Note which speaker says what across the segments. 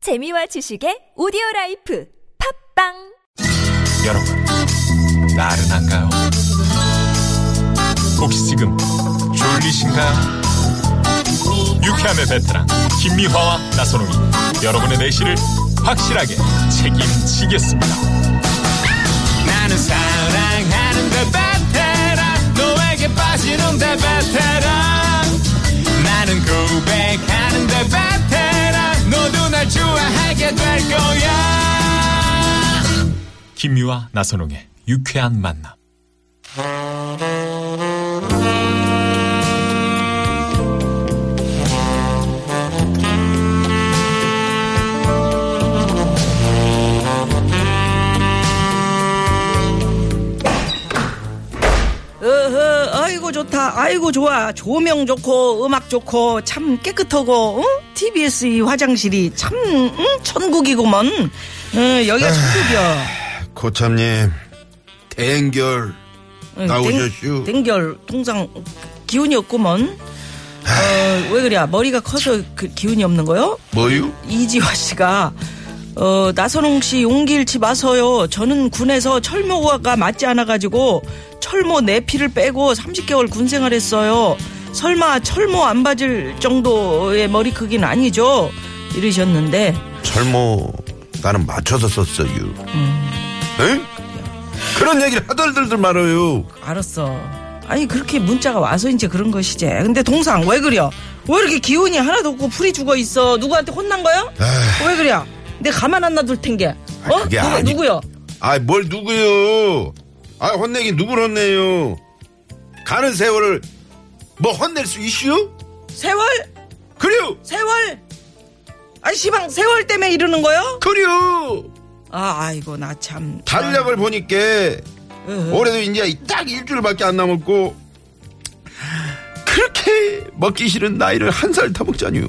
Speaker 1: 재미와 지식의 오디오 라이프 팝빵
Speaker 2: 여러분, 나른한가요? 혹시 지금 졸리신가요? 유쾌함의 베테랑 김미화와 나선홍이 여러분의 내실을 확실하게 책임지겠습니다.
Speaker 3: 나는 사랑하는데 베테랑 너에게 빠지는데 베테랑 나는 고백하는데 베테랑 너도 날 좋아하게 될 거야
Speaker 2: 김미화 나선홍의 유쾌한 만남.
Speaker 4: 어허, 아이고 좋다, 아이고 좋아. 조명 좋고 음악 좋고 참 깨끗하고 응? TBS 이 화장실이 참 응? 천국이구먼. 응, 여기가 천국이야.
Speaker 5: 고참님 대행결
Speaker 4: 응,
Speaker 5: 나오셨슈.
Speaker 4: 땡- 땡결 통상 기운이 없구먼. 어, 왜 그래? 머리가 커서 그 기운이 없는 거요?
Speaker 5: 뭐유?
Speaker 4: 이지화 씨가 어, 나선홍 씨 용기 잃지 마세요. 저는 군에서 철모가 맞지 않아가지고 철모 내피를 빼고 30개월 군 생활했어요. 설마 철모 안 받을 정도의 머리 크기는 아니죠? 이러셨는데
Speaker 5: 철모 나는 맞춰서 썼어요. 응? 그런 얘기를 하덜덜들 말아요.
Speaker 4: 알았어. 아니 그렇게 문자가 와서 이제 그런 것이지. 근데 동상 왜 그려? 왜 이렇게 기운이 하나도 없고 풀이 죽어 있어? 누구한테 혼난 거야? 왜 그래? 내 가만 안 놔둘 텐게.
Speaker 5: 아,
Speaker 4: 어?
Speaker 5: 그게
Speaker 4: 누구,
Speaker 5: 아니-
Speaker 4: 누구요?
Speaker 5: 아 뭘 누구요? 아 혼내기 누굴 혼내요? 가는 세월을 뭐 혼낼 수 있슈?
Speaker 4: 세월?
Speaker 5: 그래요,
Speaker 4: 세월 아니 시방 세월 때문에 이러는 거요?
Speaker 5: 그래요.
Speaker 4: 아 아이고 나 참 아, 어,
Speaker 5: 달력을 보니까 올해도 이제 딱 일주일밖에 안 남았고 그렇게 먹기 싫은 나이를 한 살 타먹자니요.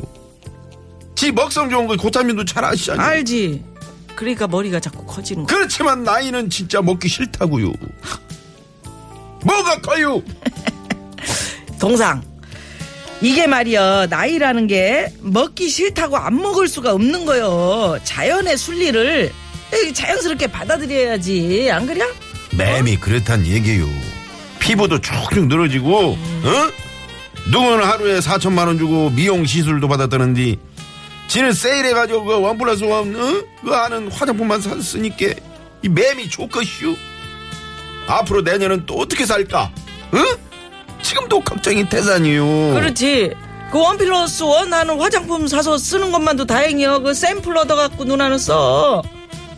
Speaker 5: 지 먹성 좋은 거 고참님도 잘 아시잖아요.
Speaker 4: 알지 그러니까 머리가 자꾸 커지는 거
Speaker 5: 그렇지만 나이는 진짜 먹기 싫다고요. 뭐가 커요?
Speaker 4: 동상 이게 말이야 나이라는 게 먹기 싫다고 안 먹을 수가 없는 거요 자연의 순리를 자연스럽게 받아들여야지 안 그래?
Speaker 5: 맴이 그렇단 얘기요. 피부도 쭉쭉 늘어지고, 어? 누구는 하루에 4천만 원 주고 미용 시술도 받았다는데, 지는 세일해가지고 그 원 플러스 원, 어? 그 하는 화장품만 샀으니까, 이 맴이 좋겠슈. 앞으로 내년은 또 어떻게 살까? 어? 지금도 걱정이 태산이요.
Speaker 4: 그렇지 그 원 플러스 원 하는 화장품 사서 쓰는 것만도 다행이야 그 샘플 얻어갖고 누나는 써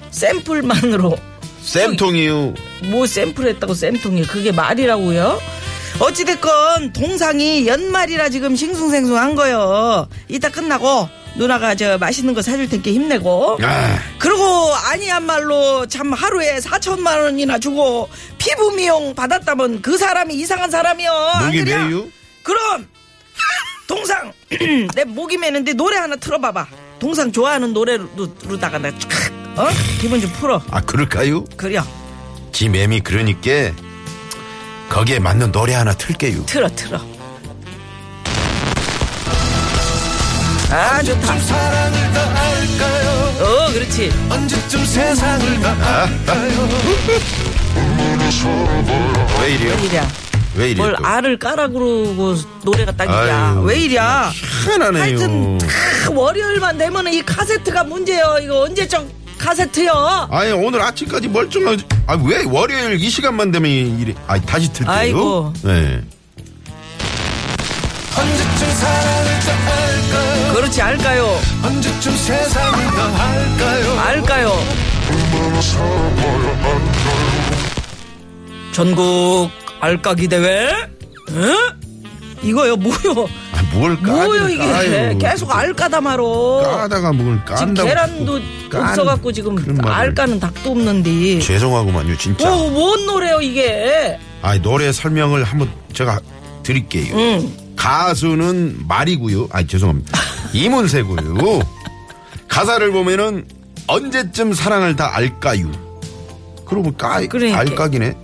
Speaker 4: 샘플만으로
Speaker 5: 쌤통이요.
Speaker 4: 뭐 샘플했다고 샘통이 그게 말이라고요? 어찌됐건 동상이 연말이라 지금 싱숭생숭한 거요. 이따 끝나고 누나가 저 맛있는 거 사줄 테니까 힘내고.
Speaker 5: 아.
Speaker 4: 그리고 아니한 말로 참 하루에 4천만 원이나 주고 피부 미용 받았다면 그 사람이 이상한 사람이요. 안
Speaker 5: 목이
Speaker 4: 그래요?
Speaker 5: 메요?
Speaker 4: 그럼 동상 내 목이 메는데 노래 하나 틀어봐봐. 동상 좋아하는 노래로다가 나 촥, 어? 기분 좀 풀어.
Speaker 5: 아, 그럴까요?
Speaker 4: 그려.
Speaker 5: 지 맴이 그러니까, 거기에 맞는 노래 하나 틀게요.
Speaker 4: 틀어 틀어 아 좋다
Speaker 3: 사랑을 더 알까요
Speaker 4: 어 그렇지
Speaker 3: 언제쯤 세상을 다 알까요
Speaker 5: 왜 이래요?
Speaker 4: 왜 이랴
Speaker 5: 왜 이래요?
Speaker 4: 뭘 아-
Speaker 5: 또?
Speaker 4: 알을 까라 그러고 노래가 딱 이랴
Speaker 5: 아유,
Speaker 4: 왜 이랴
Speaker 5: 희한하네요.
Speaker 4: 하여튼 탁 월요일만 되면은 이 카세트가 문제요 이거 언제적 카세트요
Speaker 5: 아니 오늘 아침까지 멀쩡하지. 아왜 월요일 이 시간만 되면 이래. 아 다시 틀게요.
Speaker 4: 아이고.
Speaker 5: 네.
Speaker 3: 언제쯤 사랑을 더 알까요
Speaker 4: 그렇지 알까요
Speaker 3: 언제쯤 세상을 더 알까요
Speaker 4: 알까요 전국 알까기 대회 응? 이거요 뭐요
Speaker 5: 아, 뭘 까?
Speaker 4: 뭐요 이게 네, 계속 알까다 말어
Speaker 5: 까다가 뭘
Speaker 4: 지금
Speaker 5: 깐다고.
Speaker 4: 계란도
Speaker 5: 깐-
Speaker 4: 없어갖고 지금
Speaker 5: 그런 말을.
Speaker 4: 알까는 닭도 없는데.
Speaker 5: 죄송하구만요 진짜.
Speaker 4: 오, 뭔 노래요 이게?
Speaker 5: 아 노래 설명을 한번 제가 드릴게요.
Speaker 4: 음.
Speaker 5: 가수는 말이고요. 아 죄송합니다. 이문세고요. 가사를 보면은 언제쯤 사랑을 다 알까요? 그러면 까
Speaker 4: 그러니까.
Speaker 5: 알까기네.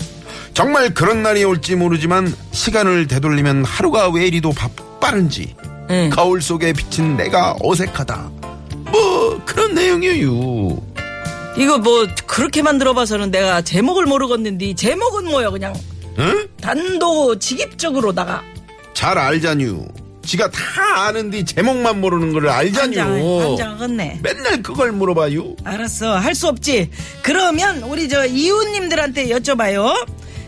Speaker 5: 정말 그런 날이 올지 모르지만 시간을 되돌리면 하루가 왜 이리도 바빠른지
Speaker 4: 응.
Speaker 5: 거울 속에 비친 내가 어색하다. 뭐 그렇네요. 내용이에요.
Speaker 4: 이거 뭐 그렇게만 들어봐서는 내가 제목을 모르겠는데 제목은 뭐야 그냥
Speaker 5: 응?
Speaker 4: 단도직입적으로다가
Speaker 5: 잘 알자뉴. 지가 다 아는데 제목만 모르는 걸 알자뉴.
Speaker 4: 한장한장겠네
Speaker 5: 맨날 그걸 물어봐요.
Speaker 4: 알았어 할 수 없지 그러면 우리 저 이웃님들한테 여쭤봐요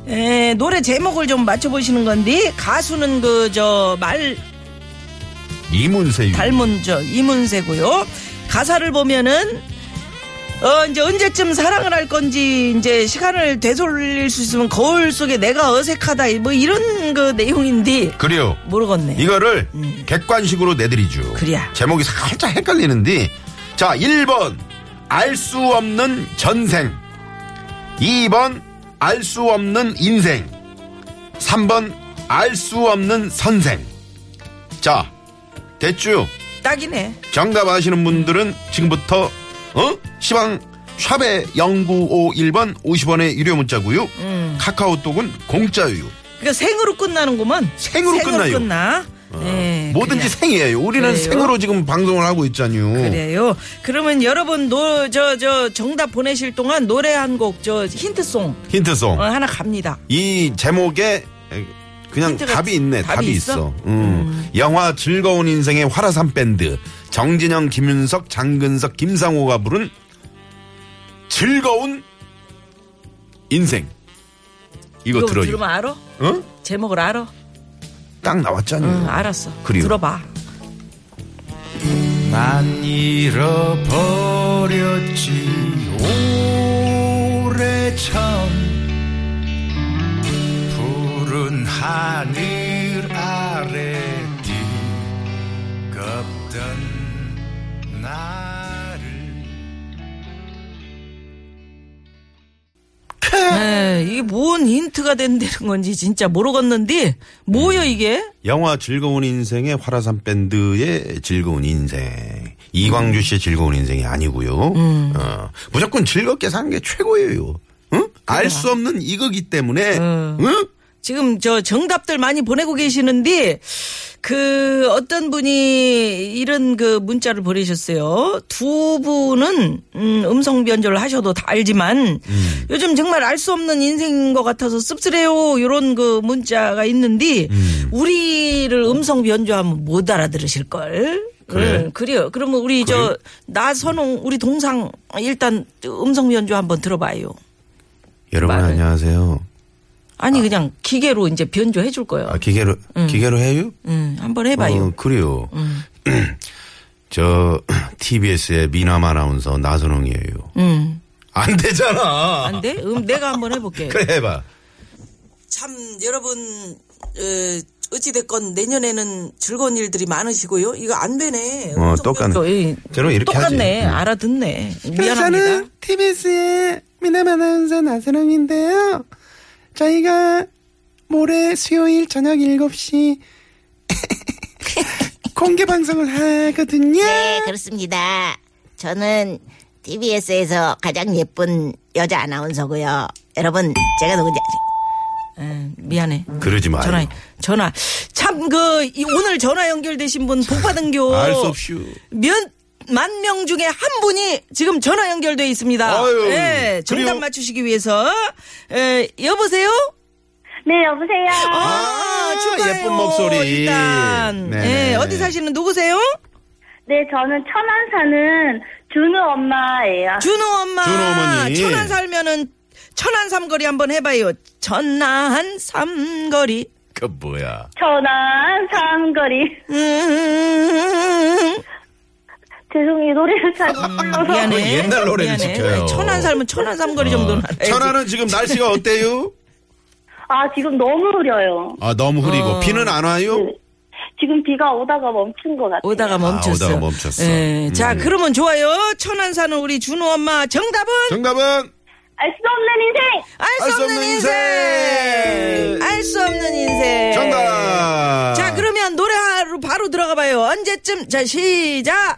Speaker 4: 에, 노래 제목을 좀 맞춰보시는 건데 가수는 그 저 말
Speaker 5: 이문세유.
Speaker 4: 닮은 저 이문세고요 가사를 보면은 어 이제 언제쯤 사랑을 할 건지 이제 시간을 되돌릴 수 있으면 거울 속에 내가 어색하다 뭐 이런 그 내용인데
Speaker 5: 그래요.
Speaker 4: 모르겠네
Speaker 5: 이거를 객관식으로 내드리죠.
Speaker 4: 음. 그래야.
Speaker 5: 제목이 살짝 헷갈리는데. 자, 1번. 알 수 없는 전생. 2번. 알 수 없는 인생. 3번. 알 수 없는 선생. 자, 됐죠?
Speaker 4: 딱이네
Speaker 5: 정답 아시는 분들은 지금부터 어? 시방 샵에 0951번 50원의 유료 문자고요.
Speaker 4: 음.
Speaker 5: 카카오톡은 공짜예요.
Speaker 4: 그러니까 생으로 끝나는구만.
Speaker 5: 생으로 끝나요. 아,
Speaker 4: 끝나. 예,
Speaker 5: 뭐든지 생이에요. 우리는
Speaker 4: 그래요?
Speaker 5: 생으로 지금 방송을 하고 있잖요.
Speaker 4: 그래, 요 그러면 여러분 노 저 저 정답 보내실 동안 노래 한 곡 저 힌트송
Speaker 5: 힌트송.
Speaker 4: 어, 하나 갑니다.
Speaker 5: 이 제목에 그냥
Speaker 4: 힌트가
Speaker 5: 답이 있네.
Speaker 4: 답이
Speaker 5: 답이, 있어.
Speaker 4: 있어?
Speaker 5: 음. 영화 즐거운 인생의 화라산 밴드 정진영, 김윤석, 장근석, 김상호가 부른 즐거운 인생. 이거,
Speaker 4: 이거
Speaker 5: 들어요.
Speaker 4: 들으면 알아?
Speaker 5: 어?
Speaker 4: 제목을 알아?
Speaker 5: 딱 나왔잖아요.
Speaker 4: 응, 알았어.
Speaker 5: 그래요.
Speaker 4: 들어봐.
Speaker 3: 난 잃어버렸지 오래전 푸른 하늘 아래 뜨겁던 나를
Speaker 4: 에, 네, 이게 뭔 힌트가 된다는 건지 진짜 모르겠는데 뭐야 이게?
Speaker 5: 영화 즐거운 인생의 화라산 밴드의 즐거운 인생. 이광주 씨의 즐거운 인생이 아니고요. 어, 무조건 즐겁게 사는 게 최고예요. 응? 알 수 없는 이거기 때문에. 응?
Speaker 4: 지금 저 정답들 많이 보내고 계시는데 그 어떤 분이 이런 그 문자를 보내셨어요. 두 분은 음, 성 변조를 하셔도 다 알지만 요즘 정말 알 수 없는 인생인 것 같아서 씁쓸해요. 이런 그 문자가 있는데 우리를 음성 변조하면 못 알아들으실 걸. 음,
Speaker 5: 그래?
Speaker 4: 그래요. 그러면 우리 저 나선홍 우리 동상 일단 음성 변조 한번 들어봐요.
Speaker 5: 여러분
Speaker 4: 말을.
Speaker 5: 안녕하세요.
Speaker 4: 아니 그냥 기계로 이제 변조해 줄 거예요.
Speaker 5: 아, 기계로 기계로 해요?
Speaker 4: 음, 한번 해봐요.
Speaker 5: 어, 그래요. 저 TBS의 미남 아나운서 나선홍이에요. 안 되잖아.
Speaker 4: 안 돼? 음, 내가 한번 해볼게.
Speaker 5: 그래 해봐.
Speaker 4: 참, 여러분, 에, 어찌됐건 내년에는 즐거운 일들이 많으시고요. 이거 안 되네.
Speaker 5: 어,
Speaker 4: 엄청
Speaker 5: 똑같네.
Speaker 4: 또, 예,
Speaker 5: 저는 이렇게
Speaker 4: 똑같네.
Speaker 5: 하지. 음.
Speaker 4: 알아듣네.
Speaker 6: 그래서
Speaker 4: 미안합니다.
Speaker 6: 저는 TBS의 미남 아나운서 나선홍인데요. 저희가 모레 수요일 저녁 7시 공개 방송을 하거든요.
Speaker 7: 네, 그렇습니다. 저는 TBS에서 가장 예쁜 여자 아나운서고요. 여러분, 제가 누군지 아시-
Speaker 4: 에, 음, 미안해.
Speaker 5: 그러지 마요.
Speaker 4: 전화, 전화. 참, 그, 이 오늘 전화 연결되신 분 복 받은교.
Speaker 5: 알수 없슈.
Speaker 4: 몇, 만 명 중에 한 분이 지금 전화 연결돼 있습니다.
Speaker 5: 아유,
Speaker 4: 예, 정답
Speaker 5: 그래요?
Speaker 4: 맞추시기 위해서. 에, 여보세요?
Speaker 8: 네, 여보세요.
Speaker 4: 아,
Speaker 5: 아,
Speaker 4: 축하해요.
Speaker 5: 예쁜 목소리.
Speaker 4: 일단.
Speaker 5: 네네.
Speaker 4: 예, 어디 사시는 누구세요?
Speaker 8: 네, 저는 천안 사는 준우 엄마예요.
Speaker 4: 준호 엄마.
Speaker 5: 준호 어머니.
Speaker 4: 천안 살면은 천안 삼거리 한번 해봐요. 천안 삼거리.
Speaker 5: 그 뭐야?
Speaker 8: 천안 삼거리.
Speaker 4: 음.
Speaker 8: 죄송해요, 노래를 잘 못 불러서.
Speaker 4: 미안해.
Speaker 5: 그건 옛날 노래를
Speaker 4: 미안해.
Speaker 5: 지켜요.
Speaker 4: 천안 살면 천안 삼거리 정도는 알아야지.
Speaker 5: 천안은 어. 지금 날씨가 어때요?
Speaker 8: 아, 지금 너무 흐려요.
Speaker 5: 아 너무 흐리고
Speaker 4: 어.
Speaker 5: 비는 안 와요?
Speaker 8: 지금 비가 오다가 멈춘 것 같아요.
Speaker 4: 오다가 멈췄어.
Speaker 5: 아, 오다가 멈췄어.
Speaker 4: 예,
Speaker 5: 음.
Speaker 4: 자, 그러면 좋아요. 천안 사는 우리 준호 엄마 정답은
Speaker 5: 정답은
Speaker 8: 알 수 없는 인생!
Speaker 4: 알 수
Speaker 5: 알수
Speaker 4: 없는
Speaker 5: 없는
Speaker 4: 인생.
Speaker 5: 인생.
Speaker 4: 알 수 없는 인생.
Speaker 5: 정답.
Speaker 4: 자, 그러면 노래로 바로 들어가 봐요. 언제쯤? 자, 시작.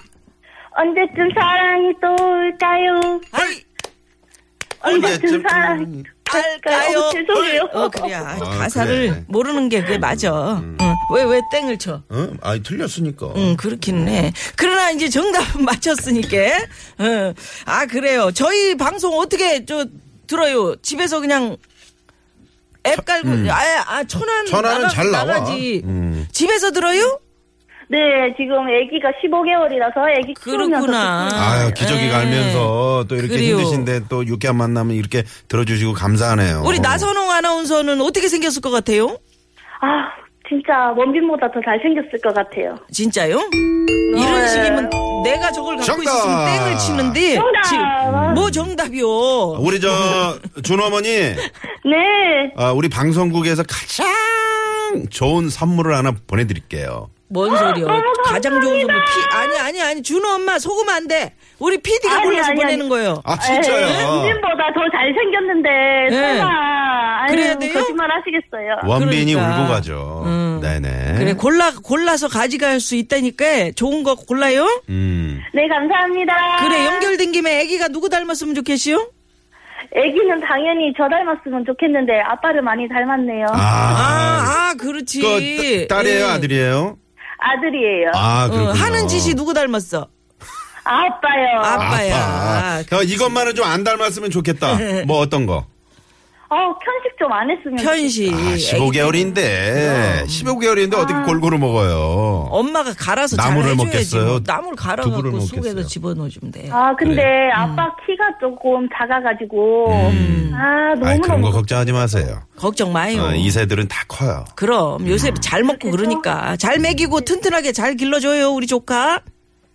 Speaker 8: 언제쯤 사랑이 또 올까요?
Speaker 4: 아이.
Speaker 5: 예,
Speaker 8: 언제쯤 사랑이
Speaker 4: 알까요?
Speaker 8: 어, 죄송해요.
Speaker 4: 음, 어, 그래. 아,
Speaker 5: 아,
Speaker 4: 가사를
Speaker 5: 그래. 음.
Speaker 4: 모르는 게 그게 맞아. 응. 왜, 왜 땡을 쳐?
Speaker 5: 어? 아니 틀렸으니까.
Speaker 4: 응, 그렇기는 해. 그러나 이제 정답은 맞췄으니까. 응. 아, 그래요. 저희 방송 어떻게 저 들어요? 집에서 그냥 앱 깔고, 아, 아, 천안.
Speaker 5: 음. 천안은
Speaker 4: 나가,
Speaker 5: 잘 나와.
Speaker 4: 나가지.
Speaker 5: 음.
Speaker 4: 집에서 들어요?
Speaker 8: 네, 지금 아기가 15개월이라서 아기 키우면서
Speaker 4: 그렇구나.
Speaker 8: 듣고
Speaker 5: 아유 기저귀
Speaker 4: 예.
Speaker 5: 갈면서 또 이렇게
Speaker 4: 그래요.
Speaker 5: 힘드신데 또 유쾌한 만남은 이렇게 들어주시고 감사하네요.
Speaker 4: 우리 나선홍 아나운서는 어떻게 생겼을 것 같아요?
Speaker 8: 아, 진짜 원빈보다 더 잘생겼을 것 같아요.
Speaker 4: 진짜요? 이런 식이면 내가 저걸 갖고
Speaker 5: 정답.
Speaker 4: 있었으면 땡을 치는데
Speaker 8: 네. 정답!
Speaker 4: 지- 뭐 정답이요?
Speaker 5: 아, 우리 저 준어머니
Speaker 8: 네.
Speaker 5: 아, 우리 방송국에서 가장 좋은 선물을 하나 보내드릴게요.
Speaker 4: 뭔 소리요?
Speaker 8: 너무
Speaker 4: 가장 좋은 선물 피 아니 아니 아니 준호 엄마 속으면 안 돼. 우리 PD가
Speaker 8: 아니,
Speaker 4: 골라서
Speaker 8: 아니,
Speaker 4: 보내는
Speaker 8: 아니.
Speaker 4: 거예요.
Speaker 5: 아
Speaker 8: 에,
Speaker 4: 예.
Speaker 5: 진짜요?
Speaker 8: 원빈보다 더 잘생겼는데
Speaker 4: 네.
Speaker 8: 설마 아유,
Speaker 4: 그래야 돼요?
Speaker 8: 거짓말 하시겠어요?
Speaker 5: 원빈이
Speaker 4: 그러니까.
Speaker 5: 울고 가죠.
Speaker 4: 음.
Speaker 5: 네네.
Speaker 4: 그래 골라 골라서 가져갈 수 있다니까 좋은 거 골라요.
Speaker 5: 음.
Speaker 8: 네, 감사합니다.
Speaker 4: 그래 연결된 김에 아기가 누구 닮았으면 좋겠어요?
Speaker 8: 아기는 당연히 저 닮았으면 좋겠는데 아빠를 많이 닮았네요.
Speaker 4: 아,
Speaker 5: 아,
Speaker 4: 아 그렇지.
Speaker 5: 그 딸- 딸이에요,
Speaker 4: 예.
Speaker 5: 아들이에요?
Speaker 8: 들이에요
Speaker 5: 아,
Speaker 4: 어,
Speaker 5: 그렇군요.
Speaker 4: 하는 짓이 누구 닮았어?
Speaker 8: 아, 빠요 아,
Speaker 4: 아빠야.
Speaker 5: 아빠. 야, 이것만은 좀 안 닮았으면 좋겠다. 뭐 어떤 거?
Speaker 8: 어, 편식 좀 안 했으면
Speaker 4: 편식.
Speaker 5: 아, 15개월인데 15개월인데 어떻게 골고루 먹어요?
Speaker 4: 엄마가 갈아서
Speaker 5: 나무를
Speaker 4: 잘 해줘야지.
Speaker 5: 먹겠어요?
Speaker 4: 뭐 나물
Speaker 5: 두부를
Speaker 4: 갈아갖고
Speaker 5: 먹겠어요?
Speaker 4: 속에다 집어넣어주면 돼.
Speaker 8: 아, 근데
Speaker 4: 음.
Speaker 8: 아빠 키가 조금 작아가지고. 아,
Speaker 5: 아이, 그런 거
Speaker 8: 너무너무.
Speaker 5: 걱정하지 마세요.
Speaker 4: 걱정 마요.
Speaker 5: 어, 이 세들은 다 커요.
Speaker 4: 그럼 요새 잘 먹고 그러니까 잘 먹이고 튼튼하게 잘 길러줘요 우리 조카.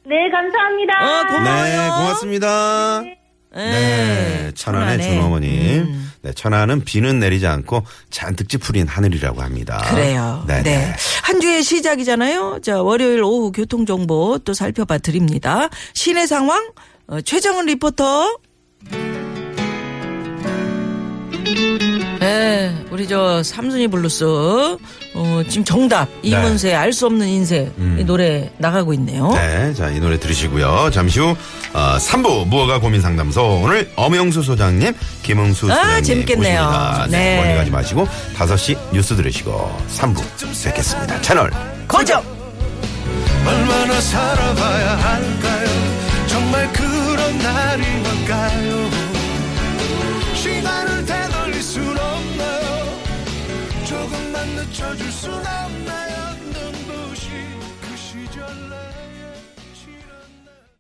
Speaker 8: 네, 감사합니다.
Speaker 4: 어, 고마워.
Speaker 5: 네,
Speaker 4: 고마워요.
Speaker 5: 고맙습니다.
Speaker 4: 에,
Speaker 5: 네, 천안의
Speaker 4: 천안에. 음.
Speaker 5: 준어머님. 네, 천안은 비는 내리지 않고 잔뜩 찌푸린 하늘이라고 합니다.
Speaker 4: 그래요. 네.
Speaker 5: 네. 네.
Speaker 4: 한 주의 시작이잖아요. 자, 월요일 오후 교통정보 또 살펴봐 드립니다. 시내 상황, 어, 최정은 리포터. 네, 우리 저 삼순이 블루스, 어, 지금 정답, 이문세, 알 수 없는 인생, 이 노래 나가고 네. 음. 있네요.
Speaker 5: 네, 자, 이 노래 들으시고요. 잠시 후, 어, 3부, 무허가 고민 상담소. 오늘 엄영수 소장님, 김흥수
Speaker 4: 아,
Speaker 5: 소장님.
Speaker 4: 재밌겠네요.
Speaker 5: 모십니다. 네.
Speaker 4: 네.
Speaker 5: 멀리 가지 마시고, 5시 뉴스 들으시고, 3부 뵙겠습니다. 채널.
Speaker 4: 거죠!
Speaker 3: 얼마나 살아봐야 할까요? 정말 그런 날이 올까요? 시간을 되돌릴 순 없나요? 그 조금만 늦춰줄 순 없나요?